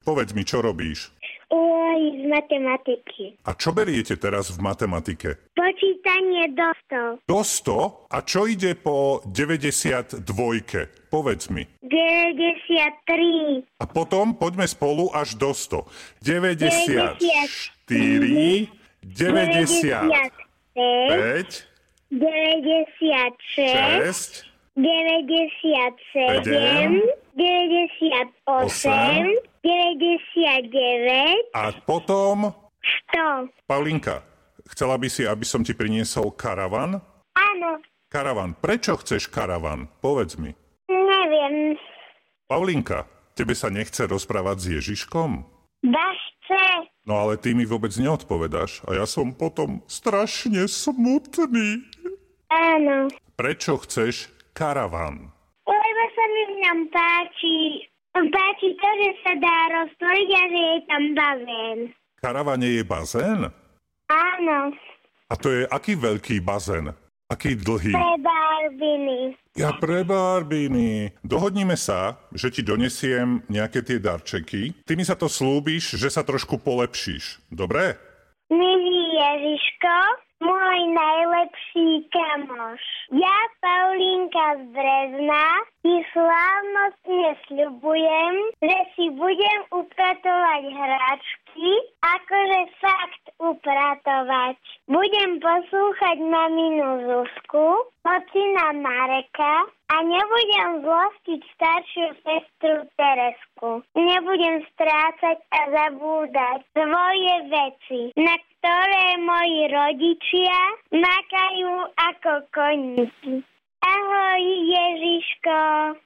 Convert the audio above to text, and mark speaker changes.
Speaker 1: Povedz mi, čo robíš?
Speaker 2: Úlohy z matematiky.
Speaker 1: A čo beriete teraz v matematike?
Speaker 2: Počítanie do 100.
Speaker 1: Do 100? A čo ide po 92? Povedz mi.
Speaker 2: 93.
Speaker 1: A potom poďme spolu až do 100. 94,
Speaker 2: 94,
Speaker 1: 95,
Speaker 2: 95.
Speaker 1: 6,
Speaker 2: 96. 97.
Speaker 1: 8,
Speaker 2: 98. 99.
Speaker 1: a potom...
Speaker 2: 100.
Speaker 1: Paulinka, chcela by si, aby som ti priniesol karavan?
Speaker 2: Áno,
Speaker 1: Karavan. Prečo chceš karavan? Povedz mi.
Speaker 2: neviem.
Speaker 1: Paulinka, tebe sa nechce rozprávať s Ježiškom?
Speaker 2: Vašce.
Speaker 1: No ale ty mi vôbec neodpovedáš a ja som potom strašne smutný.
Speaker 2: Áno.
Speaker 1: Prečo chceš karavan?
Speaker 2: Lebo sa mi v ňom páči. Páči to, že sa dá roztvoriť a že je tam bazén.
Speaker 1: V karavane je bazén?
Speaker 2: Áno,
Speaker 1: A to je aký veľký bazén? Aký dlhý?
Speaker 2: pre barbiny.
Speaker 1: Ja pre Barbiny. Dohodnime sa, že ti donesiem nejaké tie darčeky. Ty mi sa to slúbiš, že sa trošku polepšíš. Dobre?
Speaker 2: Milý Ježiško, môj najlepší kamoš. Ja, Paulinka z Brezna, ti slávnostne sľubujem, že si budem upratovať hračky, akože fakt upratovať. Budem poslúchať maminu Zuzku, ocina Mareka a nebudem zlostiť staršiu sestru Teresku. Nebudem strácať a zabúdať svoje veci, na ktoré moji rodičia makajú ako koníky. Ahoj Ježiško.